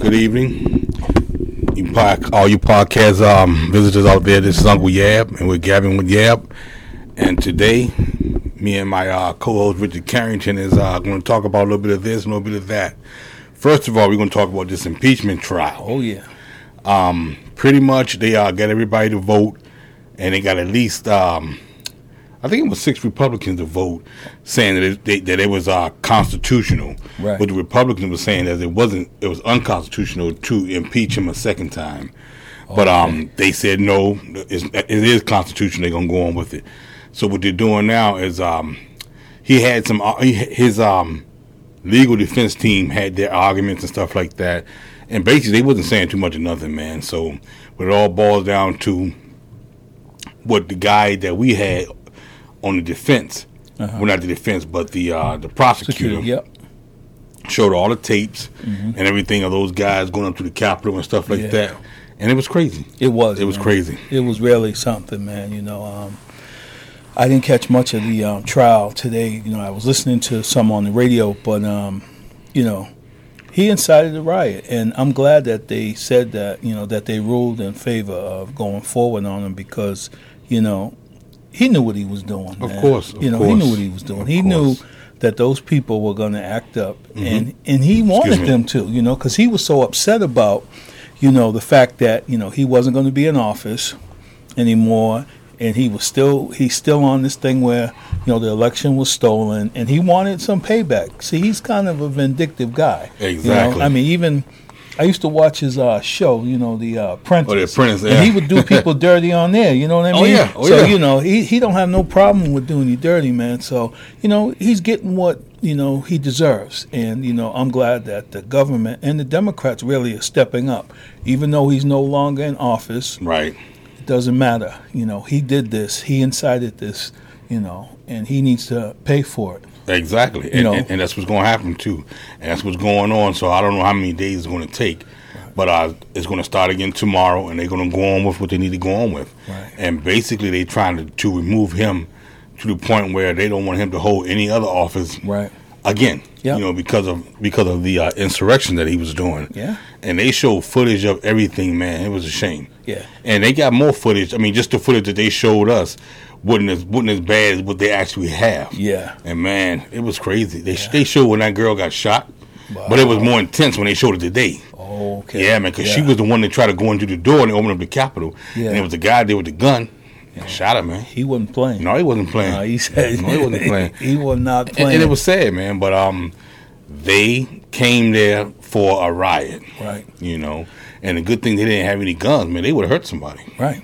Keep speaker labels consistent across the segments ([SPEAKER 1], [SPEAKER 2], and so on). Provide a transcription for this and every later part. [SPEAKER 1] Good evening. You pod, all you podcast um, visitors out there, this is Uncle Yab, and we're gabbing with Yab. And today, me and my uh, co-host Richard Carrington is uh, going to talk about a little bit of this and a little bit of that. First of all, we're going to talk about this impeachment trial.
[SPEAKER 2] Oh yeah.
[SPEAKER 1] Um, pretty much, they uh, got everybody to vote, and they got at least, um, I think it was six Republicans to vote, saying that it, they, that it was uh, constitutional.
[SPEAKER 2] Right.
[SPEAKER 1] But the Republicans were saying that it wasn't. It was unconstitutional to impeach him a second time. But um, they said no, it's, it is constitutional. They're gonna go on with it. So what they're doing now is um, he had some uh, he- his um legal defense team had their arguments and stuff like that. And basically, they wasn't saying too much of nothing, man. So, but it all boils down to what the guy that we had on the defense, well, not the defense, but the uh, the prosecutor,
[SPEAKER 2] Uh-huh. Security. Yep. Mm-hmm.
[SPEAKER 1] showed all the tapes and everything of those guys going up to the Capitol and stuff like
[SPEAKER 2] Yeah.
[SPEAKER 1] that. And it was crazy.
[SPEAKER 2] It was.
[SPEAKER 1] It was
[SPEAKER 2] man.
[SPEAKER 1] crazy.
[SPEAKER 2] It was really something, man. You know, um, I didn't catch much of the um, trial today. You know, I was listening to some on the radio, but um, you know, he incited the riot, and I'm glad that they said that. You know, that they ruled in favor of going forward on him because, you know, he knew what he was doing.
[SPEAKER 1] Of
[SPEAKER 2] man.
[SPEAKER 1] course, of
[SPEAKER 2] you know, he
[SPEAKER 1] course,
[SPEAKER 2] knew what he was doing.
[SPEAKER 1] of
[SPEAKER 2] He
[SPEAKER 1] course.
[SPEAKER 2] knew that those people were going to act up, and and he
[SPEAKER 1] Mm-hmm. me.
[SPEAKER 2] wanted them to. You know, because he was so upset about you know, the fact that, you know, he wasn't going to be in office anymore and he was still he's still on this thing where, you know, the election was stolen and he wanted some payback. See, he's kind of a vindictive guy. you know?
[SPEAKER 1] Exactly.
[SPEAKER 2] I mean, even I used to watch his uh, show, you know, the uh, Apprentice.
[SPEAKER 1] Oh, The Apprentice,
[SPEAKER 2] And he
[SPEAKER 1] yeah.
[SPEAKER 2] would do people dirty on there, you know what I
[SPEAKER 1] Oh,
[SPEAKER 2] mean?
[SPEAKER 1] yeah. Oh,
[SPEAKER 2] so,
[SPEAKER 1] yeah.
[SPEAKER 2] you know, he, he don't have no problem with doing you dirty, man. So, you know, he's getting what, you know, he deserves. And, you know, I'm glad that the government and the Democrats really are stepping up. Even though he's no longer in office,
[SPEAKER 1] Right.
[SPEAKER 2] it doesn't matter. You know, he did this, he incited this, you know, and he needs to pay for it.
[SPEAKER 1] Exactly. And,
[SPEAKER 2] know?
[SPEAKER 1] and, and that's what's going to happen, too. And that's what's going on. So I don't know how many days it's going to take. But uh, it's going to start again tomorrow, and they're going to go on with what they need to go on with.
[SPEAKER 2] Right.
[SPEAKER 1] And basically, they're trying to, to remove him to the point where they don't want him to hold any other office again.
[SPEAKER 2] Yeah.
[SPEAKER 1] You know, because of because of the uh, insurrection that he was doing.
[SPEAKER 2] Yeah.
[SPEAKER 1] And they showed footage of everything, man. It was a shame.
[SPEAKER 2] Yeah.
[SPEAKER 1] And they got more footage. I mean, just the footage that they showed us wasn't as wasn't as bad as what they actually have.
[SPEAKER 2] Yeah.
[SPEAKER 1] And man, it was crazy. They they showed when that girl got shot, but it was more intense when they showed it today.
[SPEAKER 2] Okay.
[SPEAKER 1] Yeah, man, because she
[SPEAKER 2] Yeah.
[SPEAKER 1] was the one that tried to go into the door and open up the Capitol, and
[SPEAKER 2] Yeah.
[SPEAKER 1] it was the guy there with the gun, and shot him, man.
[SPEAKER 2] He wasn't playing.
[SPEAKER 1] No, he wasn't playing.
[SPEAKER 2] No, he said
[SPEAKER 1] no, he wasn't playing.
[SPEAKER 2] he was not
[SPEAKER 1] And,
[SPEAKER 2] playing.
[SPEAKER 1] and it was sad, man. But um, they came there for a riot,
[SPEAKER 2] right.
[SPEAKER 1] you know. And the good thing they didn't have any guns, man. They would have hurt somebody.
[SPEAKER 2] Right.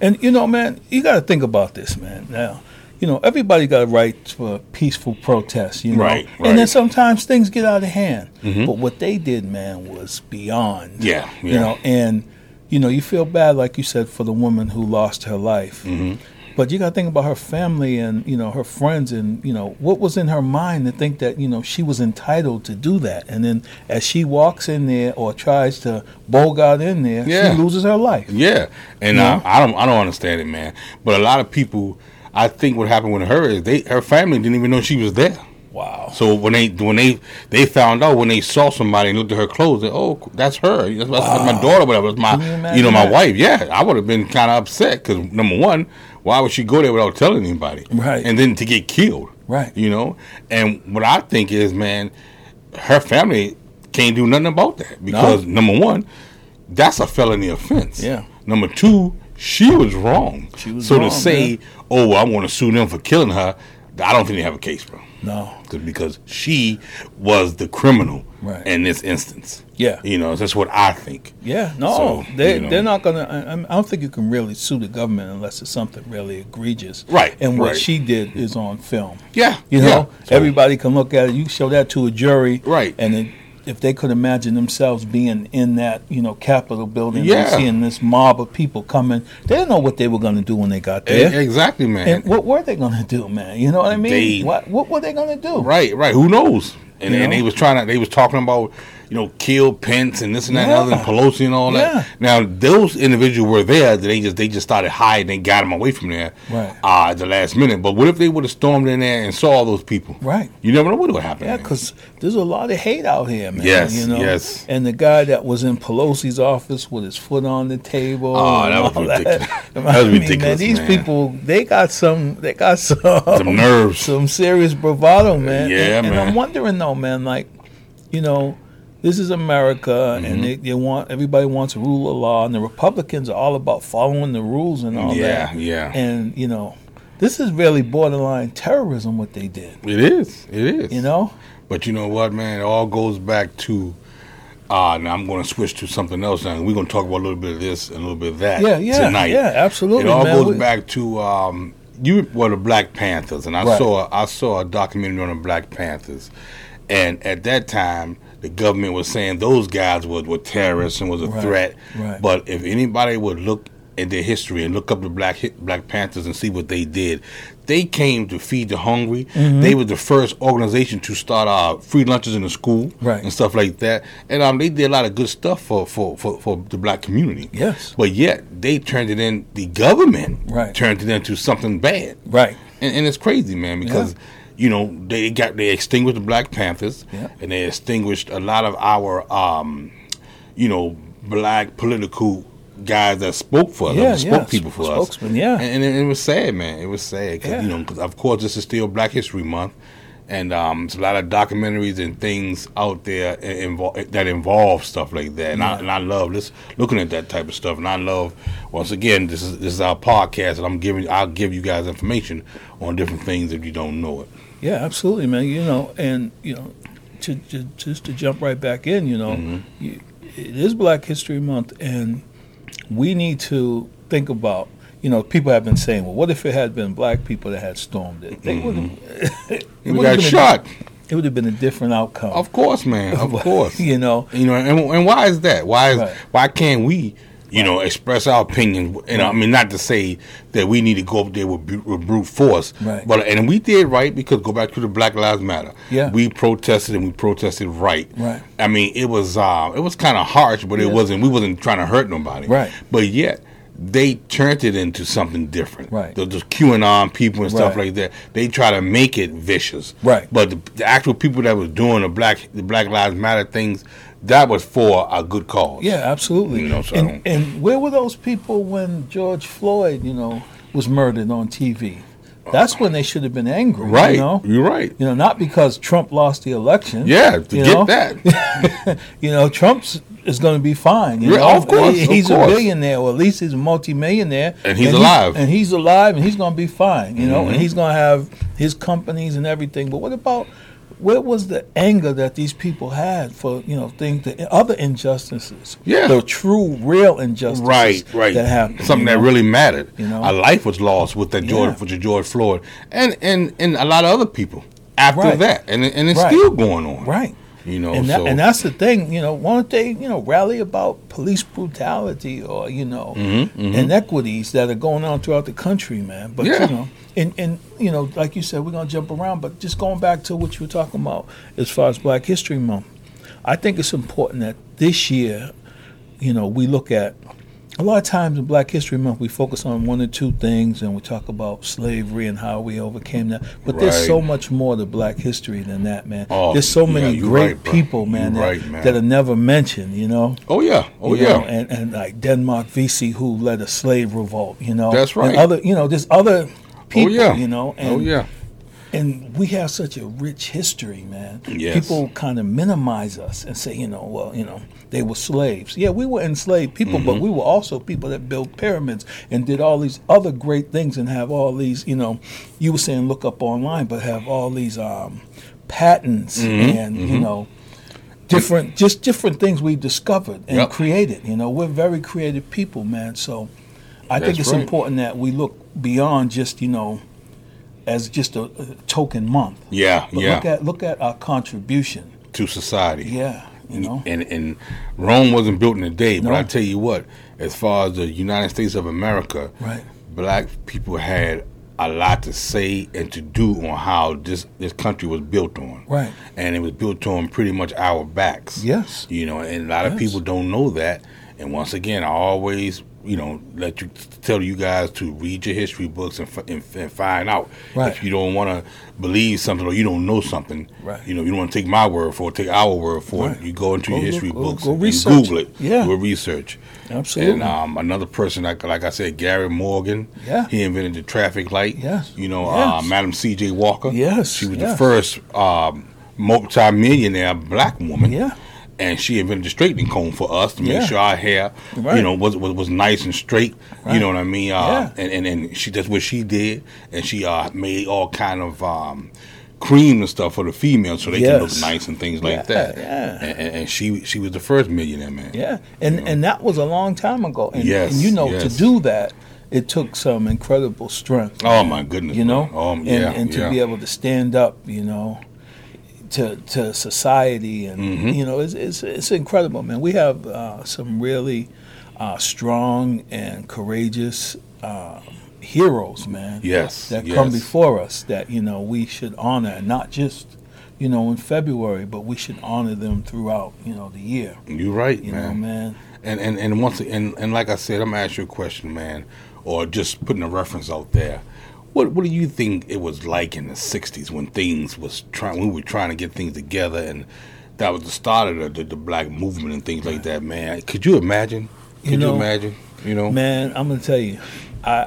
[SPEAKER 2] And you know, man, you got to think about this, man. Now, you know, everybody got a right for peaceful protest, you know.
[SPEAKER 1] Right,
[SPEAKER 2] And then
[SPEAKER 1] right. Mm-hmm.
[SPEAKER 2] sometimes things get out of hand. But what they did, man, was beyond.
[SPEAKER 1] Yeah,
[SPEAKER 2] You
[SPEAKER 1] yeah.
[SPEAKER 2] know, and you know, you feel bad like you said for the woman who lost her life.
[SPEAKER 1] Mm-hmm.
[SPEAKER 2] But you got to think about her family and, you know, her friends and, you know, what was in her mind to think that, you know, she was entitled to do that. And then as she walks in there or tries to bogart in there,
[SPEAKER 1] Yeah.
[SPEAKER 2] she loses her life.
[SPEAKER 1] Yeah, and
[SPEAKER 2] Yeah.
[SPEAKER 1] Uh, I don't, I don't understand it, man. But a lot of people, I think what happened with her is they, her family didn't even know she was there.
[SPEAKER 2] Wow.
[SPEAKER 1] So when they, when they, they found out when they saw somebody and looked at her clothes, they, oh, that's her. That's, my- that's my daughter, whatever. That's
[SPEAKER 2] Can you
[SPEAKER 1] my,
[SPEAKER 2] imagine
[SPEAKER 1] you know, my
[SPEAKER 2] that?
[SPEAKER 1] wife. Yeah, I would have been kind of upset because number one, why would she go there without telling anybody?
[SPEAKER 2] Right.
[SPEAKER 1] And then to get killed.
[SPEAKER 2] Right.
[SPEAKER 1] You know, and what I think is, man, her family can't do nothing about that because number one, that's a felony offense.
[SPEAKER 2] Yeah.
[SPEAKER 1] Number two, she was wrong.
[SPEAKER 2] She was
[SPEAKER 1] so
[SPEAKER 2] wrong,
[SPEAKER 1] to say,
[SPEAKER 2] man.
[SPEAKER 1] oh, I want to sue them for killing her, I don't think they have a case, bro.
[SPEAKER 2] No.
[SPEAKER 1] 'Cause- Because she was the criminal
[SPEAKER 2] Right.
[SPEAKER 1] in this instance.
[SPEAKER 2] Yeah.
[SPEAKER 1] You know, that's what I think.
[SPEAKER 2] Yeah, no,
[SPEAKER 1] So,
[SPEAKER 2] they
[SPEAKER 1] you know.
[SPEAKER 2] they're not gonna. I, I'm- I don't think you can really sue the government unless it's something really egregious.
[SPEAKER 1] Right,
[SPEAKER 2] And what
[SPEAKER 1] right.
[SPEAKER 2] she did is on film.
[SPEAKER 1] Yeah.
[SPEAKER 2] You
[SPEAKER 1] yeah.
[SPEAKER 2] know,
[SPEAKER 1] So- e-,
[SPEAKER 2] everybody can look at it. You show that to a jury.
[SPEAKER 1] Right.
[SPEAKER 2] And it, if they could imagine themselves being in that, you know, Capitol building and
[SPEAKER 1] Yeah.
[SPEAKER 2] seeing this mob of people coming, they didn't know what they were going to do when they got
[SPEAKER 1] E-
[SPEAKER 2] there.
[SPEAKER 1] Exactly, man.
[SPEAKER 2] and what were they going to do, man? You know what I mean?
[SPEAKER 1] They-
[SPEAKER 2] what what were they going to do?
[SPEAKER 1] Right, right. Who knows? And,
[SPEAKER 2] You
[SPEAKER 1] and
[SPEAKER 2] know?
[SPEAKER 1] they was trying to. They was talking about you know, killed Pence and this and that and
[SPEAKER 2] Yeah.
[SPEAKER 1] other, and Pelosi and all
[SPEAKER 2] Yeah.
[SPEAKER 1] that. Now those individuals were there. They just they just started hiding and got them away from there
[SPEAKER 2] Right.
[SPEAKER 1] uh, at the last minute. But what if they would have stormed in there and saw all those people?
[SPEAKER 2] Right.
[SPEAKER 1] You never know what would happen.
[SPEAKER 2] Yeah, because there's a lot of hate out here, man.
[SPEAKER 1] Yes,
[SPEAKER 2] you know?
[SPEAKER 1] yes.
[SPEAKER 2] And the guy that was in Pelosi's office with his foot on the table.
[SPEAKER 1] Oh,
[SPEAKER 2] and
[SPEAKER 1] that was
[SPEAKER 2] all
[SPEAKER 1] ridiculous. That was
[SPEAKER 2] I mean,
[SPEAKER 1] ridiculous,
[SPEAKER 2] Man, these
[SPEAKER 1] man.
[SPEAKER 2] people, they got some, they got some,
[SPEAKER 1] Some nerves.
[SPEAKER 2] some serious bravado, man.
[SPEAKER 1] yeah,
[SPEAKER 2] and, And
[SPEAKER 1] man.
[SPEAKER 2] I'm wondering though, man, like, you know, this is America,
[SPEAKER 1] Mm-hmm.
[SPEAKER 2] and they, they want everybody wants to rule of law, and the Republicans are all about following the rules and all
[SPEAKER 1] Yeah,
[SPEAKER 2] that.
[SPEAKER 1] yeah.
[SPEAKER 2] And you know, this is really borderline terrorism what they did.
[SPEAKER 1] It is. It is.
[SPEAKER 2] You know.
[SPEAKER 1] But you know what, man? It all goes back to. Uh, now I'm going to switch to something else. Now we're going to talk about a little bit of this and a little bit of that.
[SPEAKER 2] Yeah, yeah,
[SPEAKER 1] tonight.
[SPEAKER 2] yeah, absolutely,
[SPEAKER 1] It all
[SPEAKER 2] man.
[SPEAKER 1] goes
[SPEAKER 2] We-
[SPEAKER 1] back to um, you were the Black Panthers, and I
[SPEAKER 2] Right.
[SPEAKER 1] saw I saw a documentary on the Black Panthers, and at that time the government was saying those guys were, were terrorists and was a
[SPEAKER 2] Right,
[SPEAKER 1] threat.
[SPEAKER 2] right.
[SPEAKER 1] But if anybody would look at their history and look up the Black Hi- Black Panthers and see what they did, they came to feed the hungry.
[SPEAKER 2] Mm-hmm.
[SPEAKER 1] They were the first organization to start uh, free lunches in the school
[SPEAKER 2] Right.
[SPEAKER 1] and stuff like that. And um, they did a lot of good stuff for, for, for, for the black community.
[SPEAKER 2] Yes.
[SPEAKER 1] But yet they turned it in the government
[SPEAKER 2] Right.
[SPEAKER 1] turned it into something bad.
[SPEAKER 2] Right.
[SPEAKER 1] And, and it's crazy, man, because
[SPEAKER 2] Yeah.
[SPEAKER 1] you know they got they extinguished the Black Panthers,
[SPEAKER 2] Yeah.
[SPEAKER 1] and they extinguished a lot of our, um, you know, black political guys that spoke for
[SPEAKER 2] Yeah,
[SPEAKER 1] us, that
[SPEAKER 2] yeah,
[SPEAKER 1] spoke people for
[SPEAKER 2] spokesman,
[SPEAKER 1] us.
[SPEAKER 2] yeah.
[SPEAKER 1] and, and it, it was sad, man. It was sad 'cause,
[SPEAKER 2] Yeah.
[SPEAKER 1] you know, 'cause of course this is still Black History Month, and um, there's a lot of documentaries and things out there in- invol- that involve stuff like that. And, I, and I love this looking at that type of stuff. And I love once again this is this is our podcast, and I'm giving I'll give you guys information on different things if you don't know it.
[SPEAKER 2] Yeah, absolutely, man. You know, and you know, to, to just to jump right back in, you know,
[SPEAKER 1] Mm-hmm.
[SPEAKER 2] you, it is Black History Month, and we need to think about. You know, people have been saying, "Well, what if it had been black people that had stormed it? They would have. it
[SPEAKER 1] Mm-hmm. We
[SPEAKER 2] would've
[SPEAKER 1] got
[SPEAKER 2] been a-
[SPEAKER 1] shot,
[SPEAKER 2] it would have been a different outcome.
[SPEAKER 1] of course, man, of course.
[SPEAKER 2] you know.
[SPEAKER 1] You know, and, and why is that? Why is
[SPEAKER 2] Right.
[SPEAKER 1] why can't we, you know, express our opinions? You know, I mean, not to say that we need to go up there with, bu- with brute force,
[SPEAKER 2] Right.
[SPEAKER 1] but and we did right because go back to the Black Lives Matter.
[SPEAKER 2] Yeah.
[SPEAKER 1] we protested and we protested right.
[SPEAKER 2] Right.
[SPEAKER 1] I mean, it was uh, it was kind of harsh, but it
[SPEAKER 2] Yeah.
[SPEAKER 1] wasn't. We wasn't trying to hurt nobody.
[SPEAKER 2] Right.
[SPEAKER 1] But yet. They turned it into something different.
[SPEAKER 2] Right.
[SPEAKER 1] The, the QAnon people and stuff
[SPEAKER 2] Right.
[SPEAKER 1] like that. They try to make it vicious.
[SPEAKER 2] Right.
[SPEAKER 1] But the, the actual people that was doing the black the Black Lives Matter things, that was for a good cause.
[SPEAKER 2] Yeah, absolutely.
[SPEAKER 1] You know, so I
[SPEAKER 2] and,
[SPEAKER 1] don't-
[SPEAKER 2] and where were those people when George Floyd, you know, was murdered on TV? That's when they should have been angry.
[SPEAKER 1] Right.
[SPEAKER 2] You
[SPEAKER 1] You
[SPEAKER 2] know?
[SPEAKER 1] are right.
[SPEAKER 2] You know, not because Trump lost the election.
[SPEAKER 1] Yeah. To
[SPEAKER 2] you
[SPEAKER 1] get
[SPEAKER 2] know?
[SPEAKER 1] that.
[SPEAKER 2] You know, Trump's is going to be fine. You
[SPEAKER 1] Yeah,
[SPEAKER 2] know?
[SPEAKER 1] of course,
[SPEAKER 2] He-
[SPEAKER 1] of
[SPEAKER 2] he's
[SPEAKER 1] course.
[SPEAKER 2] a billionaire, or at least he's a multimillionaire.
[SPEAKER 1] And he's alive. Mm-hmm.
[SPEAKER 2] and he's alive, and he's going to be fine. You know, and he's going to have his companies and everything. But what about where was the anger that these people had for you know things, the other injustices?
[SPEAKER 1] Yeah.
[SPEAKER 2] the true, real injustices.
[SPEAKER 1] right. Right.
[SPEAKER 2] That happened.
[SPEAKER 1] Something
[SPEAKER 2] you
[SPEAKER 1] that
[SPEAKER 2] know?
[SPEAKER 1] really mattered.
[SPEAKER 2] You know?
[SPEAKER 1] a life was lost with that George
[SPEAKER 2] Yeah.
[SPEAKER 1] with the George Floyd and and and a lot of other people after
[SPEAKER 2] Right.
[SPEAKER 1] that, and it- and it's
[SPEAKER 2] Right.
[SPEAKER 1] still going on.
[SPEAKER 2] Right.
[SPEAKER 1] You know.
[SPEAKER 2] and, that,
[SPEAKER 1] so
[SPEAKER 2] and that's the thing, you know, won't they, you know, rally about police brutality or, you know,
[SPEAKER 1] Mm-hmm,
[SPEAKER 2] inequities that are going on throughout the country, man. But,
[SPEAKER 1] Yeah.
[SPEAKER 2] you know, and, and, you know, like you said, we're going to jump around, but just going back to what you were talking about as far as Black History Month, I think it's important that this year, you know, we look at a lot of times in Black History Month, we focus on one or two things and we talk about slavery and how we overcame that. But there's
[SPEAKER 1] Right.
[SPEAKER 2] so much more to Black history than that, man.
[SPEAKER 1] Oh,
[SPEAKER 2] There's so
[SPEAKER 1] yeah,
[SPEAKER 2] many
[SPEAKER 1] you're
[SPEAKER 2] great
[SPEAKER 1] right, bro.
[SPEAKER 2] people, man,
[SPEAKER 1] You're
[SPEAKER 2] that,
[SPEAKER 1] right, man.
[SPEAKER 2] that are never mentioned, you know?
[SPEAKER 1] oh yeah. Oh
[SPEAKER 2] You
[SPEAKER 1] yeah.
[SPEAKER 2] know, and, and like Denmark VC, who led a slave revolt, you know?
[SPEAKER 1] That's right.
[SPEAKER 2] And other, you know, there's other people,
[SPEAKER 1] oh yeah.
[SPEAKER 2] you know? And,
[SPEAKER 1] oh yeah.
[SPEAKER 2] And we have such a rich history, man.
[SPEAKER 1] Yes.
[SPEAKER 2] People kind of minimize us and say, you know, well, you know, they were slaves. Yeah, we were enslaved people, but we were also people that built pyramids and did all these other great things and have all these, you know, you were saying look up online, but have all these um, patents and, you know, different just different things we've discovered and
[SPEAKER 1] Yep.
[SPEAKER 2] created. You know, we're very creative people, man. So I think
[SPEAKER 1] That's
[SPEAKER 2] it's
[SPEAKER 1] right.
[SPEAKER 2] important that we look beyond just, you know, as just a, a token month.
[SPEAKER 1] Yeah.
[SPEAKER 2] But
[SPEAKER 1] yeah.
[SPEAKER 2] look at look at our contribution.
[SPEAKER 1] to society.
[SPEAKER 2] Yeah, you know.
[SPEAKER 1] and and Rome wasn't built in a day. But
[SPEAKER 2] No.
[SPEAKER 1] I tell you what, as far as the United States of America,
[SPEAKER 2] Right.
[SPEAKER 1] black people had a lot to say and to do on how this this country was built on.
[SPEAKER 2] Right.
[SPEAKER 1] And it was built on pretty much our backs.
[SPEAKER 2] Yes.
[SPEAKER 1] You know, and a lot of
[SPEAKER 2] Yes.
[SPEAKER 1] people don't know that. And once again, I always you know let you tell you guys to read your history books and, fi- and, and find out
[SPEAKER 2] Right.
[SPEAKER 1] if you don't want to believe something or you don't know something.
[SPEAKER 2] Right.
[SPEAKER 1] You know, you don't want to take my word for it, take our word for
[SPEAKER 2] Right.
[SPEAKER 1] it. You go into
[SPEAKER 2] Go
[SPEAKER 1] your
[SPEAKER 2] look-
[SPEAKER 1] history
[SPEAKER 2] go-
[SPEAKER 1] books,
[SPEAKER 2] go
[SPEAKER 1] and
[SPEAKER 2] research
[SPEAKER 1] Google it.
[SPEAKER 2] it. Yeah.
[SPEAKER 1] do a research.
[SPEAKER 2] Absolutely.
[SPEAKER 1] And um, another person, like, like I said, Gary Morgan.
[SPEAKER 2] Yeah.
[SPEAKER 1] He invented the traffic light.
[SPEAKER 2] Yes.
[SPEAKER 1] You know, uh,
[SPEAKER 2] Yes.
[SPEAKER 1] Madam C.J. Walker.
[SPEAKER 2] Yes,
[SPEAKER 1] She was the
[SPEAKER 2] yes.
[SPEAKER 1] first um, multi-millionaire black woman.
[SPEAKER 2] Yeah.
[SPEAKER 1] And she invented the straightening comb for us to make
[SPEAKER 2] Yeah.
[SPEAKER 1] sure our hair, you
[SPEAKER 2] Right.
[SPEAKER 1] know, was, was was nice and straight. You
[SPEAKER 2] Right.
[SPEAKER 1] know what I mean? Uh,
[SPEAKER 2] Yeah.
[SPEAKER 1] And and and she that's what she did, and she uh, made all kind of. Um, cream and stuff for the females so they can look
[SPEAKER 2] Yes.
[SPEAKER 1] nice and things like
[SPEAKER 2] Yeah,
[SPEAKER 1] that
[SPEAKER 2] yeah.
[SPEAKER 1] and, and- and she she was the first millionaire man
[SPEAKER 2] Yeah, and and that was a long time ago. And,
[SPEAKER 1] Yes,
[SPEAKER 2] and you know,
[SPEAKER 1] yes.
[SPEAKER 2] to do that, it took some incredible strength.
[SPEAKER 1] oh my goodness
[SPEAKER 2] you know,
[SPEAKER 1] bro. um,
[SPEAKER 2] and,
[SPEAKER 1] yeah,
[SPEAKER 2] and to
[SPEAKER 1] yeah.
[SPEAKER 2] be able to stand up, you know, to to society, and
[SPEAKER 1] Mm-hmm.
[SPEAKER 2] you know, it's, it's it's incredible, man. We have uh, some really uh, strong and courageous uh, heroes, man.
[SPEAKER 1] Yes,
[SPEAKER 2] that
[SPEAKER 1] yes.
[SPEAKER 2] come before us that you know we should honor, and not just you know in February, but we should honor them throughout you know the year.
[SPEAKER 1] You're right,
[SPEAKER 2] You know,
[SPEAKER 1] man.
[SPEAKER 2] man.
[SPEAKER 1] And and and once and and like I said, I'm gonna ask you a question, man, or just putting a reference out there. What what do you think it was like in the '60s when things was trying? We were trying to get things together, and that was the start of the the, the black movement and things like that, man. Could you imagine? Could
[SPEAKER 2] You
[SPEAKER 1] you,
[SPEAKER 2] know,
[SPEAKER 1] imagine? You know,
[SPEAKER 2] Man, I'm gonna tell you, I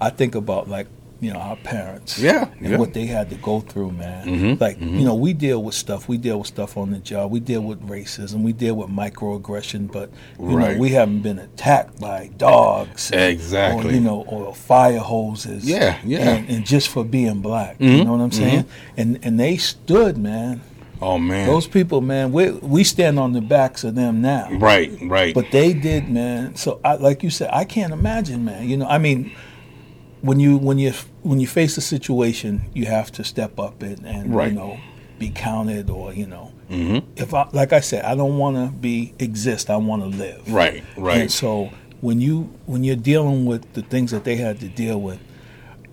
[SPEAKER 2] I think about like you know our parents,
[SPEAKER 1] Yeah,
[SPEAKER 2] and
[SPEAKER 1] yeah. Mm-hmm,
[SPEAKER 2] what they had to go through, man. Like you know, we deal with stuff. We deal with stuff on the job. We deal with racism. We deal with microaggression, but you
[SPEAKER 1] Right. E,
[SPEAKER 2] know, we haven't been attacked by dogs, and-
[SPEAKER 1] Exactly.
[SPEAKER 2] or, you know, or fire hoses,
[SPEAKER 1] Yeah, yeah. Mm-hmm,
[SPEAKER 2] and, and just for being black. You know what I'm saying? And and they stood, man.
[SPEAKER 1] oh man,
[SPEAKER 2] Those people, man. We we stand on the backs of them now.
[SPEAKER 1] right, right,
[SPEAKER 2] But they did, man. So, I, like you said, I can't imagine, man. You know, I mean, when you when you when you face a situation, you have to step up and, and
[SPEAKER 1] Right. Mm-hmm.
[SPEAKER 2] you know be counted or you know. If I like I said, I don't want to be exist. I want to live.
[SPEAKER 1] right,
[SPEAKER 2] And
[SPEAKER 1] right,
[SPEAKER 2] so when you when you're dealing with the things that they had to deal with,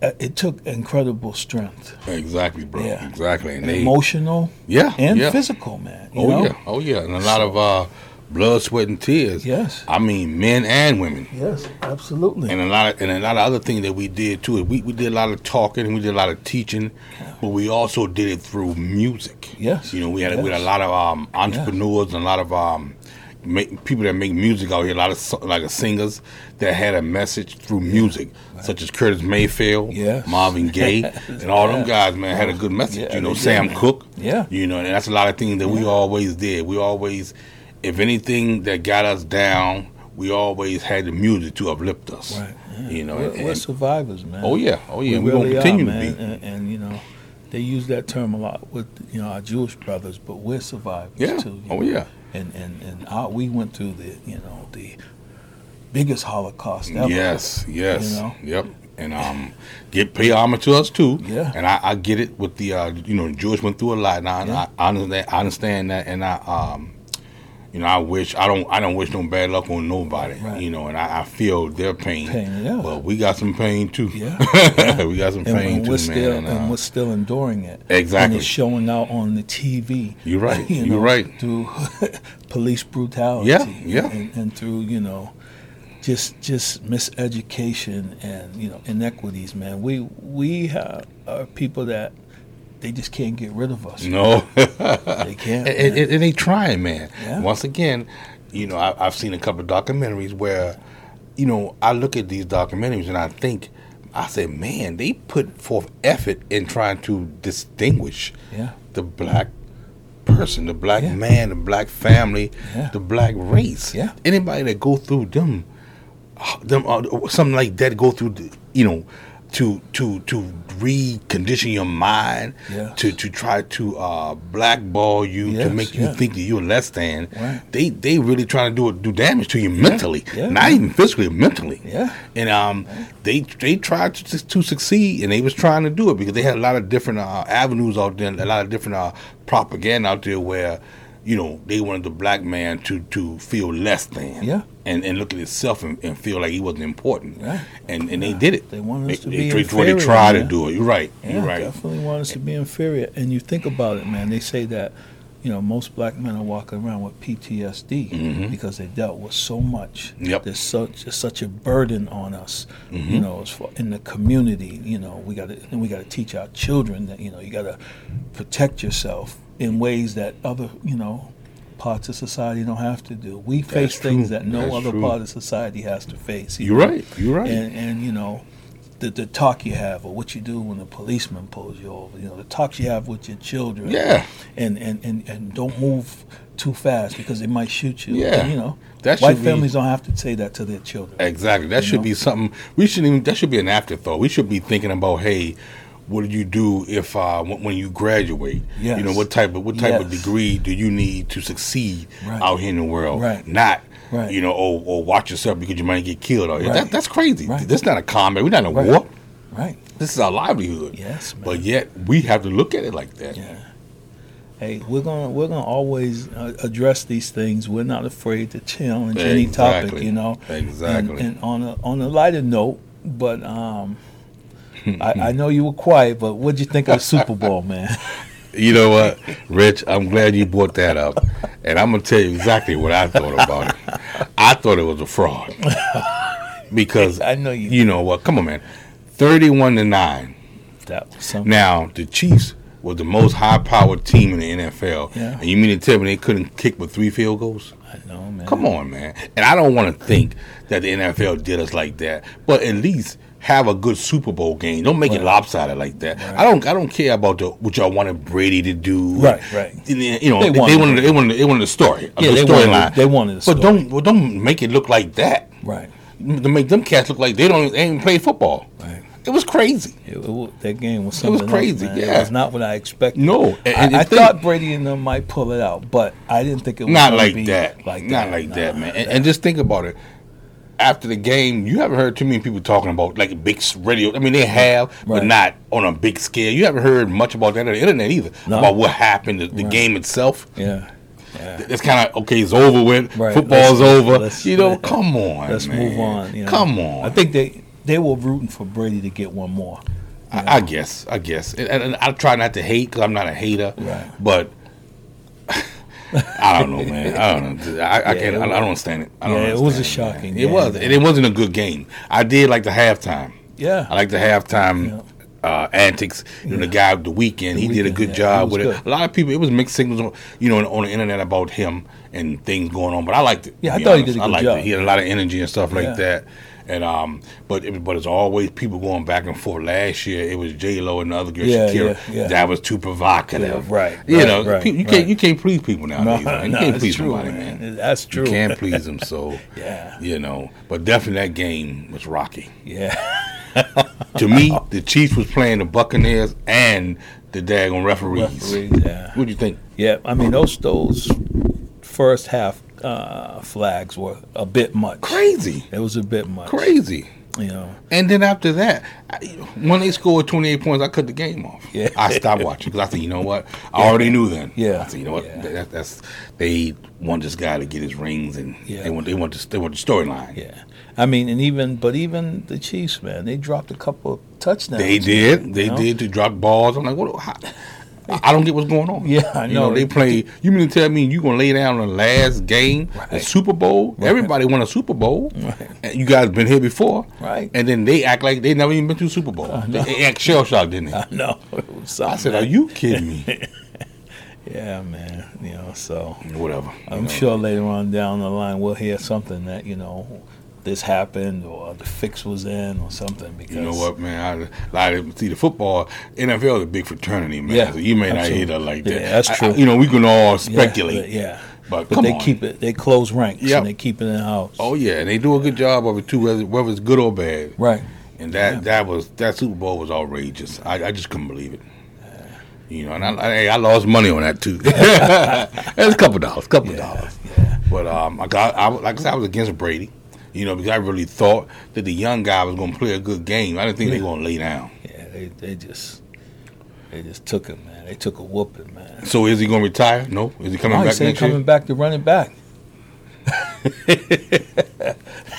[SPEAKER 2] uh, it took incredible strength,
[SPEAKER 1] exactly, bro,
[SPEAKER 2] Yeah.
[SPEAKER 1] exactly. And they,
[SPEAKER 2] emotional,
[SPEAKER 1] yeah,
[SPEAKER 2] and
[SPEAKER 1] yeah.
[SPEAKER 2] physical, man. You
[SPEAKER 1] Oh
[SPEAKER 2] know?
[SPEAKER 1] yeah, oh yeah, and a lot of uh, blood, sweat, and tears.
[SPEAKER 2] Yes.
[SPEAKER 1] I mean men and women,
[SPEAKER 2] Yes, absolutely.
[SPEAKER 1] and a lot of, and a lot of other things that we did too. We we did a lot of talking, we did a lot of teaching, but we also did it through music.
[SPEAKER 2] Yes.
[SPEAKER 1] you know we had we had a
[SPEAKER 2] Yes.
[SPEAKER 1] lot of um, entrepreneurs and a lot of um, make, people that make music out here. A lot of so- like singers that had a message through music, such as Curtis Mayfield,
[SPEAKER 2] Yes.
[SPEAKER 1] Marvin Gaye, and all them
[SPEAKER 2] Yes.
[SPEAKER 1] guys. Man had a good message.
[SPEAKER 2] Yeah,
[SPEAKER 1] you know
[SPEAKER 2] they did,
[SPEAKER 1] Sam
[SPEAKER 2] man.
[SPEAKER 1] Cooke.
[SPEAKER 2] Yeah.
[SPEAKER 1] You know, and that's a lot of things that we always did. We always, if anything that got us down, we always had the music to uplift us.
[SPEAKER 2] Right,
[SPEAKER 1] You know,
[SPEAKER 2] We're,
[SPEAKER 1] and-
[SPEAKER 2] we're
[SPEAKER 1] and-
[SPEAKER 2] survivors, man.
[SPEAKER 1] oh yeah, oh yeah,
[SPEAKER 2] we
[SPEAKER 1] we are
[SPEAKER 2] really
[SPEAKER 1] gonna continue
[SPEAKER 2] are, man.
[SPEAKER 1] to be.
[SPEAKER 2] And, and you know, they use that term a lot with you know our Jewish brothers, but we're survivors
[SPEAKER 1] Yeah.
[SPEAKER 2] too. you
[SPEAKER 1] Oh,
[SPEAKER 2] know.
[SPEAKER 1] yeah.
[SPEAKER 2] And and and our, we went through the you know the biggest Holocaust ever.
[SPEAKER 1] Yes, yes,
[SPEAKER 2] You know?
[SPEAKER 1] yep. And um, get pay homage to us too.
[SPEAKER 2] Yeah.
[SPEAKER 1] And I, I get it with the uh, you know, Jewish went through a lot, and I,
[SPEAKER 2] Yeah.
[SPEAKER 1] I understand, I understand that, and I um, you know, I wish I don't I don't wish no bad luck on nobody,
[SPEAKER 2] Right.
[SPEAKER 1] you know, and I, I feel their pain.
[SPEAKER 2] Pain, yeah.
[SPEAKER 1] But we got some pain too.
[SPEAKER 2] Yeah,
[SPEAKER 1] we got some
[SPEAKER 2] And,
[SPEAKER 1] pain
[SPEAKER 2] and
[SPEAKER 1] too,
[SPEAKER 2] we're
[SPEAKER 1] man.
[SPEAKER 2] still
[SPEAKER 1] and, uh,
[SPEAKER 2] and, we're still enduring it. And
[SPEAKER 1] Exactly.
[SPEAKER 2] it's showing out on the TV.
[SPEAKER 1] You're right.
[SPEAKER 2] you
[SPEAKER 1] You're
[SPEAKER 2] know,
[SPEAKER 1] right.
[SPEAKER 2] Through police brutality.
[SPEAKER 1] Yeah, yeah.
[SPEAKER 2] And, and through you know, just just miseducation and you know inequities, man. We we have, are people that they just can't get rid of us.
[SPEAKER 1] no.
[SPEAKER 2] They can't.
[SPEAKER 1] and,
[SPEAKER 2] man.
[SPEAKER 1] and, and they trying, man.
[SPEAKER 2] Yeah.
[SPEAKER 1] Once again, you know, I, I've seen a couple of documentaries where, you know, I look at these documentaries and I think, I say, man, they put forth effort in trying to distinguish
[SPEAKER 2] Yeah.
[SPEAKER 1] the black person, the black
[SPEAKER 2] Yeah.
[SPEAKER 1] man, the black family,
[SPEAKER 2] Yeah.
[SPEAKER 1] the black race.
[SPEAKER 2] Yeah.
[SPEAKER 1] Anybody that go through them, them uh, something like that go through, the, you know, to to to recondition your mind,
[SPEAKER 2] Yes.
[SPEAKER 1] to to try to uh, blackball you
[SPEAKER 2] Yes,
[SPEAKER 1] to make you
[SPEAKER 2] yeah.
[SPEAKER 1] think that you're less than.
[SPEAKER 2] Right.
[SPEAKER 1] They they really trying to do do damage to you mentally,
[SPEAKER 2] yeah.
[SPEAKER 1] not even physically, mentally.
[SPEAKER 2] Yeah.
[SPEAKER 1] And um, they they tried to to succeed, and they was trying to do it because they had a lot of different uh, avenues out there, a lot of different uh, propaganda out there where you know, they wanted the black man to to feel less than.
[SPEAKER 2] Yeah.
[SPEAKER 1] And, and look at himself and, and feel like he wasn't important.
[SPEAKER 2] Yeah.
[SPEAKER 1] And and they did it.
[SPEAKER 2] They wanted us to
[SPEAKER 1] they,
[SPEAKER 2] be
[SPEAKER 1] they, tried-
[SPEAKER 2] inferior,
[SPEAKER 1] they tried to
[SPEAKER 2] man.
[SPEAKER 1] do it. You're right.
[SPEAKER 2] Yeah,
[SPEAKER 1] You're right.
[SPEAKER 2] definitely want us to be inferior. And you think about it, man. They say that, you know, most black men are walking around with PTSD because they dealt with so much.
[SPEAKER 1] Mm-hmm. Yep. Mm-hmm.
[SPEAKER 2] There's such there's such a burden on us, you know, as far, in the community. You know, we got to we got to teach our children that you know you got to protect yourself in ways that other you know parts of society don't have to do. We face things
[SPEAKER 1] true.
[SPEAKER 2] that no
[SPEAKER 1] That's
[SPEAKER 2] other
[SPEAKER 1] true.
[SPEAKER 2] part of society has to face. you
[SPEAKER 1] You're
[SPEAKER 2] know?
[SPEAKER 1] right. You're right.
[SPEAKER 2] and and you know the, the talk you have or what you do when the policeman pulls you over you know the talks you have with your children
[SPEAKER 1] Yeah.
[SPEAKER 2] and and and, and don't move too fast because they might shoot you
[SPEAKER 1] Yeah.
[SPEAKER 2] And, you know
[SPEAKER 1] That
[SPEAKER 2] white
[SPEAKER 1] should be-
[SPEAKER 2] families don't have to say that to their children
[SPEAKER 1] Exactly. That should
[SPEAKER 2] know?
[SPEAKER 1] be something we shouldn't even. That should be an afterthought. We should be thinking about, hey, what do you do if uh, when, when you graduate?
[SPEAKER 2] Yes.
[SPEAKER 1] You know what type of what type of
[SPEAKER 2] Yes.
[SPEAKER 1] degree do you need to succeed
[SPEAKER 2] Right.
[SPEAKER 1] out here in the world?
[SPEAKER 2] Right.
[SPEAKER 1] Not.
[SPEAKER 2] Right.
[SPEAKER 1] You know, or, or watch yourself because you might get killed. Out here.
[SPEAKER 2] Right.
[SPEAKER 1] That, that's crazy.
[SPEAKER 2] Right.
[SPEAKER 1] That's not a combat. We're not in a
[SPEAKER 2] Right.
[SPEAKER 1] war.
[SPEAKER 2] right
[SPEAKER 1] This is our livelihood.
[SPEAKER 2] Yes, man.
[SPEAKER 1] But yet we have to look at it like that.
[SPEAKER 2] yeah hey we're gonna we're gonna always uh, address these things we're not afraid to challenge any topic
[SPEAKER 1] Exactly.
[SPEAKER 2] you know
[SPEAKER 1] Exactly.
[SPEAKER 2] and, and on a on a lighter note but um I, I know you were quiet, but what'd you think of the Super Bowl, man?
[SPEAKER 1] You know what, Rich? I'm glad you brought that up, and I'm gonna tell you exactly what I thought about it. I thought it was a fraud because
[SPEAKER 2] I know you-
[SPEAKER 1] You know what? Come on, man. Thirty-one to nine.
[SPEAKER 2] That was something.
[SPEAKER 1] Now the Chiefs were the most high-powered team in the NFL,
[SPEAKER 2] Yeah.
[SPEAKER 1] and you mean to tell me they couldn't kick with three field goals?
[SPEAKER 2] I know, man.
[SPEAKER 1] Come on, man. And I don't want to think that the NFL did us like that, but at least have a good Super Bowl game. Don't make it lopsided like that. I don't. I don't care about the what y'all wanted Brady to do.
[SPEAKER 2] Right, right.
[SPEAKER 1] And then, you know,
[SPEAKER 2] They
[SPEAKER 1] they, they
[SPEAKER 2] wanted-
[SPEAKER 1] wanted. They wanted. They wanted a story. A
[SPEAKER 2] Yeah,
[SPEAKER 1] good
[SPEAKER 2] they wanted-
[SPEAKER 1] storyline.
[SPEAKER 2] they wanted a story.
[SPEAKER 1] But don't. Well, don't make it look like that.
[SPEAKER 2] Right.
[SPEAKER 1] To make them cats look like they don't they ain't play football.
[SPEAKER 2] Right.
[SPEAKER 1] It was crazy.
[SPEAKER 2] It, it wa- that game was something. else,
[SPEAKER 1] crazy,
[SPEAKER 2] man.
[SPEAKER 1] yeah.
[SPEAKER 2] It was not what I expected.
[SPEAKER 1] No, and- and
[SPEAKER 2] I, I
[SPEAKER 1] the thing-
[SPEAKER 2] thought Brady and them might pull it out, but I didn't think it was
[SPEAKER 1] Not
[SPEAKER 2] gonna
[SPEAKER 1] like
[SPEAKER 2] be
[SPEAKER 1] that.
[SPEAKER 2] Like
[SPEAKER 1] Not
[SPEAKER 2] that.
[SPEAKER 1] like
[SPEAKER 2] Nah,
[SPEAKER 1] that, man. And, and just think about it. After the game, you haven't heard too many people talking about like big s- radio. I mean, they have,
[SPEAKER 2] Right.
[SPEAKER 1] but not on a big scale. You haven't heard much about that on the internet either.
[SPEAKER 2] No.
[SPEAKER 1] About what happened, the, the game itself.
[SPEAKER 2] Yeah. Yeah.
[SPEAKER 1] It's kind of okay. It's over with.
[SPEAKER 2] Right,
[SPEAKER 1] Football's
[SPEAKER 2] let's-
[SPEAKER 1] over.
[SPEAKER 2] let's-
[SPEAKER 1] you know,
[SPEAKER 2] let-
[SPEAKER 1] come on.
[SPEAKER 2] Let's
[SPEAKER 1] man.
[SPEAKER 2] move on. You know.
[SPEAKER 1] Come on.
[SPEAKER 2] I think they they were rooting for Brady to get one more.
[SPEAKER 1] I, I guess, I guess, and, and- and I try not to hate because I'm not a hater.
[SPEAKER 2] Right.
[SPEAKER 1] But I don't know, man. I don't know. I, I
[SPEAKER 2] Yeah,
[SPEAKER 1] can't.
[SPEAKER 2] it
[SPEAKER 1] I, I
[SPEAKER 2] was-
[SPEAKER 1] don't understand it. I don't
[SPEAKER 2] Yeah, it was a
[SPEAKER 1] understand man.
[SPEAKER 2] shocking
[SPEAKER 1] It
[SPEAKER 2] game,
[SPEAKER 1] was, and it wasn't a good game. I did like the halftime.
[SPEAKER 2] Yeah.
[SPEAKER 1] I like the halftime uh, antics. You know, the guy with the weekend. he did a
[SPEAKER 2] Weeknd,
[SPEAKER 1] good
[SPEAKER 2] yeah,
[SPEAKER 1] job
[SPEAKER 2] he was
[SPEAKER 1] with it.
[SPEAKER 2] good.
[SPEAKER 1] A lot of people. It was mixed signals, on, you know, on, on the internet about him and things going on. But I liked it. to
[SPEAKER 2] Yeah, I
[SPEAKER 1] be
[SPEAKER 2] thought he did a
[SPEAKER 1] I
[SPEAKER 2] good
[SPEAKER 1] liked
[SPEAKER 2] job.
[SPEAKER 1] It. He had a lot of energy and stuff like
[SPEAKER 2] Yeah.
[SPEAKER 1] that. And um, but it, but it's always people going back and forth. Last year it was J Lo and the other girl
[SPEAKER 2] Yeah,
[SPEAKER 1] Shakira.
[SPEAKER 2] yeah, yeah.
[SPEAKER 1] That was too provocative.
[SPEAKER 2] Yeah, right,
[SPEAKER 1] You
[SPEAKER 2] right,
[SPEAKER 1] know,
[SPEAKER 2] right,
[SPEAKER 1] pe- you
[SPEAKER 2] right.
[SPEAKER 1] can't you can't please people nowadays. man. You
[SPEAKER 2] no,
[SPEAKER 1] can't
[SPEAKER 2] it's
[SPEAKER 1] please
[SPEAKER 2] true,
[SPEAKER 1] somebody, man.
[SPEAKER 2] That's true.
[SPEAKER 1] You can't please them. So
[SPEAKER 2] Yeah.
[SPEAKER 1] you know. But definitely that game was rocky
[SPEAKER 2] Yeah.
[SPEAKER 1] to me, the Chiefs was playing the Buccaneers and the daggone referees.
[SPEAKER 2] yeah.
[SPEAKER 1] What do you think?
[SPEAKER 2] Yeah, I mean those those first half uh, flags were a bit much.
[SPEAKER 1] Crazy,
[SPEAKER 2] It was a bit much.
[SPEAKER 1] crazy.
[SPEAKER 2] You know.
[SPEAKER 1] And then after that, I, when they scored twenty eight points, I cut the game off.
[SPEAKER 2] Yeah.
[SPEAKER 1] I stopped watching because I said, you know what? I already knew then.
[SPEAKER 2] Yeah.
[SPEAKER 1] I said, you know what?
[SPEAKER 2] Yeah.
[SPEAKER 1] That, that's they want this guy to get his rings, and
[SPEAKER 2] Yeah.
[SPEAKER 1] they want they want the, they want the storyline.
[SPEAKER 2] Yeah. I mean, and even but even the Chiefs, man, they dropped a couple of touchdowns.
[SPEAKER 1] They did. They
[SPEAKER 2] You know?
[SPEAKER 1] did to drop balls. I'm like, what? How, I I don't get what's going on.
[SPEAKER 2] Yeah, I
[SPEAKER 1] You
[SPEAKER 2] know.
[SPEAKER 1] they play. You mean to tell me you gonna lay down on the last game, the
[SPEAKER 2] Right.
[SPEAKER 1] Super Bowl? Everybody won a Super Bowl.
[SPEAKER 2] Right.
[SPEAKER 1] And you guys been here before,
[SPEAKER 2] Right.
[SPEAKER 1] And then they act like they never even been to a Super Bowl. they, they act shell shocked, didn't they?
[SPEAKER 2] No, it was
[SPEAKER 1] I
[SPEAKER 2] something.
[SPEAKER 1] said, are you kidding me?
[SPEAKER 2] yeah, man. You know, so
[SPEAKER 1] Whatever. you
[SPEAKER 2] I'm
[SPEAKER 1] know.
[SPEAKER 2] sure later on down the line we'll hear something that you know this happened or the fix was in or something. Because
[SPEAKER 1] You know what, man? I like see the football NFL is a big fraternity, man.
[SPEAKER 2] Yeah,
[SPEAKER 1] so you may not
[SPEAKER 2] absolutely.
[SPEAKER 1] hear that like
[SPEAKER 2] Yeah,
[SPEAKER 1] that.
[SPEAKER 2] that's
[SPEAKER 1] I- I-
[SPEAKER 2] true.
[SPEAKER 1] you know, we can all
[SPEAKER 2] Yeah,
[SPEAKER 1] speculate.
[SPEAKER 2] Yeah.
[SPEAKER 1] But,
[SPEAKER 2] But
[SPEAKER 1] come
[SPEAKER 2] they
[SPEAKER 1] on.
[SPEAKER 2] keep it. They close ranks
[SPEAKER 1] Yep.
[SPEAKER 2] and they keep it in house.
[SPEAKER 1] Oh yeah, and they do a good job of it too, whether, whether it's good or bad.
[SPEAKER 2] right.
[SPEAKER 1] And that that was that Super Bowl was outrageous. I, I just couldn't believe it. You know, and I, I, I lost money on that too. That's a couple dollars, couple dollars. But um, I got I, was- like I said, I was against Brady. You know, because I really thought that the young guy was going to play a good game. I didn't think they were going to lay down.
[SPEAKER 2] Yeah, they, they just they just took it, man. man. They took a whooping, man.
[SPEAKER 1] So is he going to retire? No. Is he coming
[SPEAKER 2] I
[SPEAKER 1] back
[SPEAKER 2] say
[SPEAKER 1] next
[SPEAKER 2] Oh, coming
[SPEAKER 1] year?
[SPEAKER 2] back to running back.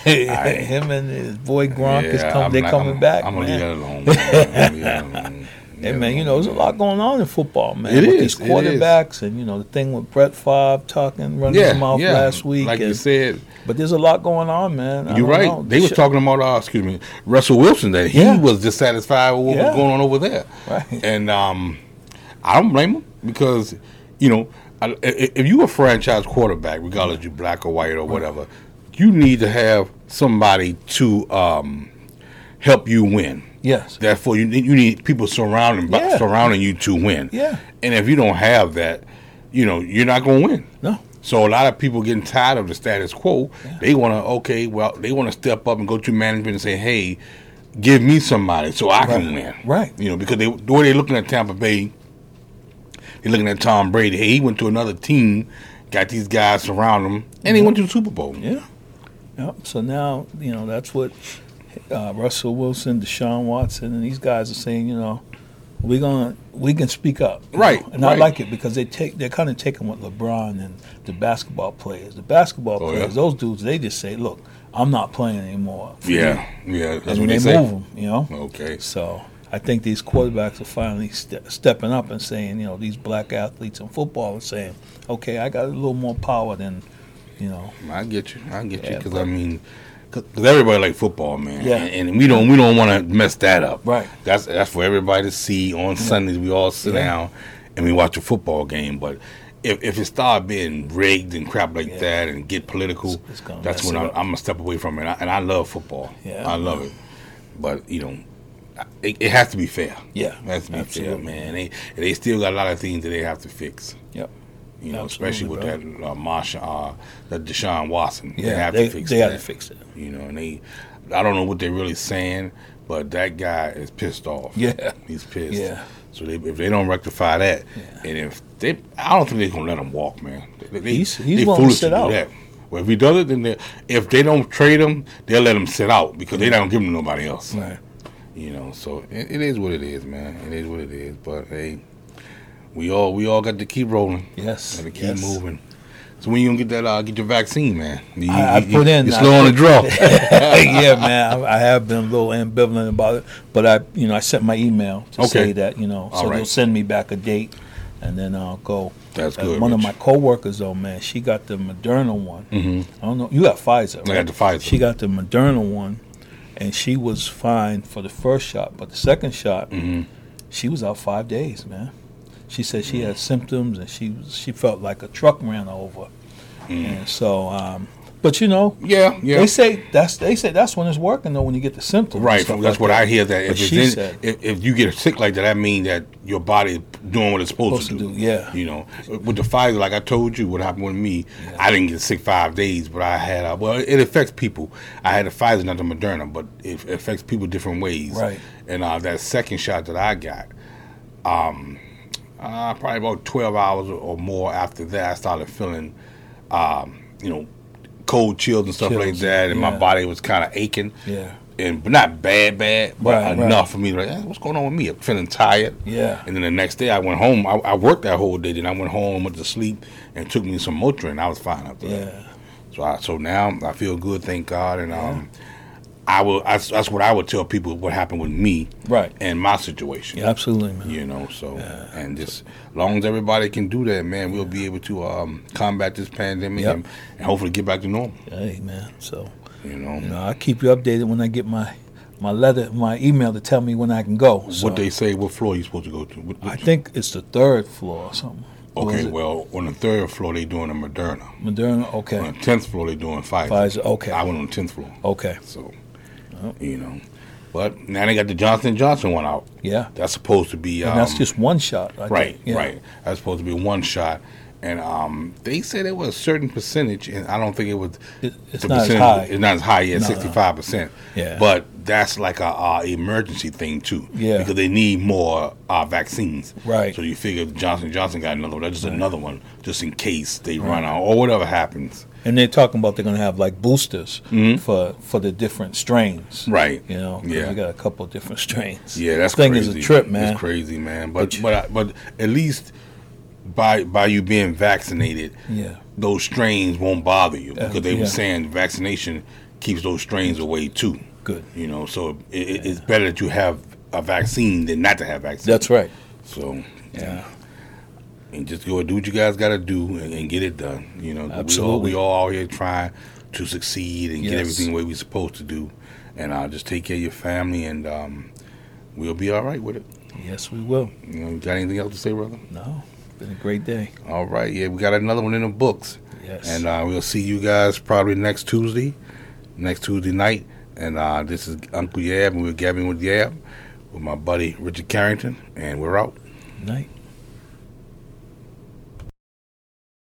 [SPEAKER 2] Him and his boy Gronk is
[SPEAKER 1] Yeah,
[SPEAKER 2] coming.
[SPEAKER 1] I'm
[SPEAKER 2] They
[SPEAKER 1] not-
[SPEAKER 2] coming
[SPEAKER 1] I'm-
[SPEAKER 2] back,
[SPEAKER 1] I'm
[SPEAKER 2] man.
[SPEAKER 1] gonna leave that alone. man. I'm gonna leave that alone.
[SPEAKER 2] Hey man, you know, there's a lot going on in football, man.
[SPEAKER 1] It
[SPEAKER 2] with
[SPEAKER 1] is,
[SPEAKER 2] these
[SPEAKER 1] it is.
[SPEAKER 2] quarterbacks and you know the thing with Brett Favre talking, running
[SPEAKER 1] Yeah,
[SPEAKER 2] his mouth
[SPEAKER 1] yeah.
[SPEAKER 2] last week.
[SPEAKER 1] Like you
[SPEAKER 2] and-
[SPEAKER 1] said,
[SPEAKER 2] but there's a lot going on, man. I
[SPEAKER 1] You're
[SPEAKER 2] don't
[SPEAKER 1] right.
[SPEAKER 2] know.
[SPEAKER 1] They was
[SPEAKER 2] Shit.
[SPEAKER 1] talking about uh, excuse me, Russell Wilson that he
[SPEAKER 2] Yeah.
[SPEAKER 1] was dissatisfied with what
[SPEAKER 2] Yeah.
[SPEAKER 1] was going on over there,
[SPEAKER 2] Right.
[SPEAKER 1] and um, I don't blame him because you know I, i- if you a franchise quarterback, regardless you black or white or whatever, you need to have somebody to um, help you win.
[SPEAKER 2] Yes.
[SPEAKER 1] Therefore, you need, you need people surrounding bu-
[SPEAKER 2] Yeah.
[SPEAKER 1] surrounding you to win.
[SPEAKER 2] Yeah.
[SPEAKER 1] And if you don't have that, you know you're not going to win.
[SPEAKER 2] No.
[SPEAKER 1] So a lot of people getting tired of the status quo. They want to okay, well, they want to step up and go to management and say, "Hey, give me somebody so I can win."
[SPEAKER 2] Right. Right.
[SPEAKER 1] You know, because they the way they're looking at Tampa Bay, they're looking at Tom Brady. Hey, he went to another team, got these guys surround him, and he went to the Super Bowl.
[SPEAKER 2] Yeah. Yep. So now you know that's what uh, Russell Wilson, Deshaun Watson, and these guys are saying. You know, we're gonna we can speak up, you
[SPEAKER 1] Right,
[SPEAKER 2] know. And
[SPEAKER 1] right.
[SPEAKER 2] I like it because they take they're kind of taking what LeBron and the basketball players, the basketball
[SPEAKER 1] Oh, yeah.
[SPEAKER 2] players, those dudes, they just say, "Look, I'm not playing anymore." for you."
[SPEAKER 1] Yeah, yeah, that's
[SPEAKER 2] and
[SPEAKER 1] what they,
[SPEAKER 2] they,
[SPEAKER 1] say.
[SPEAKER 2] move them. You know.
[SPEAKER 1] Okay,
[SPEAKER 2] So I think these quarterbacks are finally ste- stepping up and saying, you know, these black athletes in football are saying, okay, I got a little more power than, you know,
[SPEAKER 1] I get you. I get you.
[SPEAKER 2] Yeah,
[SPEAKER 1] 'Cause you because
[SPEAKER 2] but-
[SPEAKER 1] I mean, because everybody like football, man.
[SPEAKER 2] Yeah.
[SPEAKER 1] And, and we don't we don't want to mess that up.
[SPEAKER 2] Right.
[SPEAKER 1] That's that's for everybody to see on Sundays. We all sit
[SPEAKER 2] Yeah.
[SPEAKER 1] down and we watch a football game, but. If, if it start being rigged and crap like
[SPEAKER 2] Yeah.
[SPEAKER 1] that and get political,
[SPEAKER 2] It's- it's gonna
[SPEAKER 1] that's
[SPEAKER 2] mess
[SPEAKER 1] when
[SPEAKER 2] it
[SPEAKER 1] I'm,
[SPEAKER 2] up.
[SPEAKER 1] I'm gonna step away from it. I, and I love football.
[SPEAKER 2] Yeah.
[SPEAKER 1] I love it. But you know, I- it, it has to be fair.
[SPEAKER 2] Yeah,
[SPEAKER 1] it has to be
[SPEAKER 2] absolutely.
[SPEAKER 1] fair, man. They they still got a lot of things that they have to fix.
[SPEAKER 2] yep.
[SPEAKER 1] You know,
[SPEAKER 2] Absolutely,
[SPEAKER 1] especially with
[SPEAKER 2] brother.
[SPEAKER 1] that uh, Marsha, uh, that Deshaun Watson.
[SPEAKER 2] Yeah, they- they
[SPEAKER 1] that.
[SPEAKER 2] gotta fix it.
[SPEAKER 1] You know, and they, I don't know what they're really saying, but that guy is pissed off.
[SPEAKER 2] Yeah.
[SPEAKER 1] he's pissed.
[SPEAKER 2] Yeah.
[SPEAKER 1] So they, if they don't rectify that, and if they, I don't think they're gonna let him walk, man. They, they,
[SPEAKER 2] He's- he's
[SPEAKER 1] they
[SPEAKER 2] willing to
[SPEAKER 1] foolish
[SPEAKER 2] sit
[SPEAKER 1] do
[SPEAKER 2] out.
[SPEAKER 1] That. Well, if he does it, then they, if they don't trade him, they'll let him sit out because they don't give him nobody else.
[SPEAKER 2] Right.
[SPEAKER 1] You know, so it, it is what it is, man. It is what it is. But hey, we all we all got to keep rolling.
[SPEAKER 2] Yes.
[SPEAKER 1] Gotta keep
[SPEAKER 2] yes.
[SPEAKER 1] moving. So when you gonna get that? Uh, get your vaccine, man. You,
[SPEAKER 2] I- I
[SPEAKER 1] you-
[SPEAKER 2] put in-
[SPEAKER 1] You're slow on the draw.
[SPEAKER 2] yeah, man. I, I have been a little ambivalent about it, but I, you know, I sent my email to
[SPEAKER 1] Okay.
[SPEAKER 2] say that, you know,
[SPEAKER 1] All
[SPEAKER 2] so
[SPEAKER 1] right.
[SPEAKER 2] they'll send me back a date, and then I'll go.
[SPEAKER 1] That's
[SPEAKER 2] Uh,
[SPEAKER 1] good,
[SPEAKER 2] One
[SPEAKER 1] Rich.
[SPEAKER 2] of my coworkers, though, man, she got the Moderna one. Mm-hmm. I don't know. You got Pfizer. Right?
[SPEAKER 1] I got the Pfizer.
[SPEAKER 2] She got the Moderna one, and she was fine for the first shot, but the second shot,
[SPEAKER 1] Mm-hmm.
[SPEAKER 2] she was out five days, man. She said she
[SPEAKER 1] Mm.
[SPEAKER 2] had symptoms, and she was- she felt like a truck ran her over,
[SPEAKER 1] Mm.
[SPEAKER 2] and so. Um, but you know,
[SPEAKER 1] yeah, yeah.
[SPEAKER 2] they say that's they say that's when it's working though when you get the symptoms. and
[SPEAKER 1] right.
[SPEAKER 2] stuff
[SPEAKER 1] That's what
[SPEAKER 2] like
[SPEAKER 1] I hear. That
[SPEAKER 2] But
[SPEAKER 1] if, it's
[SPEAKER 2] she
[SPEAKER 1] in,
[SPEAKER 2] said-
[SPEAKER 1] if if you get sick like that, I mean that your body is doing what it's supposed,
[SPEAKER 2] Supposed
[SPEAKER 1] to, do.
[SPEAKER 2] to do, yeah.
[SPEAKER 1] You know, with the Pfizer, like I told you, what happened with me, I didn't get sick five days, but I had. Uh, well, it affects people. I had the Pfizer, not the Moderna, but it affects people different ways.
[SPEAKER 2] Right.
[SPEAKER 1] And uh, that second shot that I got, uh, probably about 12 hours or more after that, I started feeling, um, you know, cold chills and stuff like
[SPEAKER 2] Chills,
[SPEAKER 1] that, and my
[SPEAKER 2] yeah.
[SPEAKER 1] body was kind of aching.
[SPEAKER 2] Yeah.
[SPEAKER 1] And but not bad, bad, but
[SPEAKER 2] Right,
[SPEAKER 1] enough
[SPEAKER 2] right.
[SPEAKER 1] for me. to Like, eh, what's going on with me? I'm feeling tired.
[SPEAKER 2] Yeah.
[SPEAKER 1] And then the next day, I went home. I, I worked that whole day. Then I went home, went to sleep, and took me some Motrin. I was fine after
[SPEAKER 2] Yeah.
[SPEAKER 1] that. So I, so now I feel good, thank God, and um, I will. That's, that's what I would tell people what happened with me,
[SPEAKER 2] Right.
[SPEAKER 1] and my situation.
[SPEAKER 2] Yeah, absolutely, man.
[SPEAKER 1] You know, so and just as long as everybody can do that, man, we'll be able to um, combat this pandemic
[SPEAKER 2] Yep.
[SPEAKER 1] and, and hopefully get back to normal.
[SPEAKER 2] Hey, man. So
[SPEAKER 1] You know,
[SPEAKER 2] you know, I keep you updated when I get my my letter, my email to tell me when I can go. So,
[SPEAKER 1] what they say, what floor you supposed to go to? What-
[SPEAKER 2] I
[SPEAKER 1] what-
[SPEAKER 2] think it's the third floor or something. Or
[SPEAKER 1] okay,
[SPEAKER 2] is it
[SPEAKER 1] well, on the third floor they doing a Moderna.
[SPEAKER 2] Moderna. Okay.
[SPEAKER 1] On the tenth floor they doing Pfizer.
[SPEAKER 2] Pfizer, okay. Oh.
[SPEAKER 1] I went on the tenth floor,
[SPEAKER 2] Okay.
[SPEAKER 1] so you know, but now they got the Johnson Johnson one out.
[SPEAKER 2] Yeah.
[SPEAKER 1] That's supposed to be um,
[SPEAKER 2] and that's just one shot. I
[SPEAKER 1] right,
[SPEAKER 2] think. Yeah.
[SPEAKER 1] right. That's supposed to be one shot, and um, they said it was a certain percentage, and I don't think it was.
[SPEAKER 2] It- it's not as high.
[SPEAKER 1] It's not as high yet,
[SPEAKER 2] No, no.
[SPEAKER 1] sixty five percent.
[SPEAKER 2] Yeah.
[SPEAKER 1] but that's like a, uh emergency thing too.
[SPEAKER 2] Yeah.
[SPEAKER 1] because they need more uh, vaccines.
[SPEAKER 2] Right.
[SPEAKER 1] So you figure Johnson Johnson got another one. That's just another one, just in case they run out or whatever happens.
[SPEAKER 2] And they're talking about they're going to have like boosters for for the different strains.
[SPEAKER 1] Mm-hmm. Right.
[SPEAKER 2] You know, 'cause
[SPEAKER 1] Yeah.
[SPEAKER 2] we got a couple of different strains.
[SPEAKER 1] Yeah, that's
[SPEAKER 2] this thing
[SPEAKER 1] crazy.
[SPEAKER 2] is a trip, man.
[SPEAKER 1] It's crazy, man.
[SPEAKER 2] But
[SPEAKER 1] But
[SPEAKER 2] you-
[SPEAKER 1] but I, but at least by by you being vaccinated,
[SPEAKER 2] Yeah.
[SPEAKER 1] those strains won't bother you
[SPEAKER 2] Uh,
[SPEAKER 1] because they
[SPEAKER 2] yeah.
[SPEAKER 1] were saying vaccination keeps those strains away too.
[SPEAKER 2] Good.
[SPEAKER 1] You know, so it, it- it's better that you have a vaccine than not to have vaccine.
[SPEAKER 2] That's right.
[SPEAKER 1] so yeah.
[SPEAKER 2] Yeah.
[SPEAKER 1] And just go and do what you guys got to do and, and get it done. You know,
[SPEAKER 2] Absolutely.
[SPEAKER 1] We all, we all out here trying to succeed and get
[SPEAKER 2] Yes.
[SPEAKER 1] everything the way we're supposed to do. And uh, just take care of your family, and um, we'll be all right with it.
[SPEAKER 2] Yes, we will.
[SPEAKER 1] You know, you got anything else to say, brother?
[SPEAKER 2] No, been a great day.
[SPEAKER 1] All right, yeah, we got another one in the books,
[SPEAKER 2] Yes.
[SPEAKER 1] and uh, we'll see you guys probably next Tuesday, next Tuesday night. And uh, this is Uncle Yab, and we're gabbing with Yab, with my buddy Richard Carrington, and we're out.
[SPEAKER 2] night.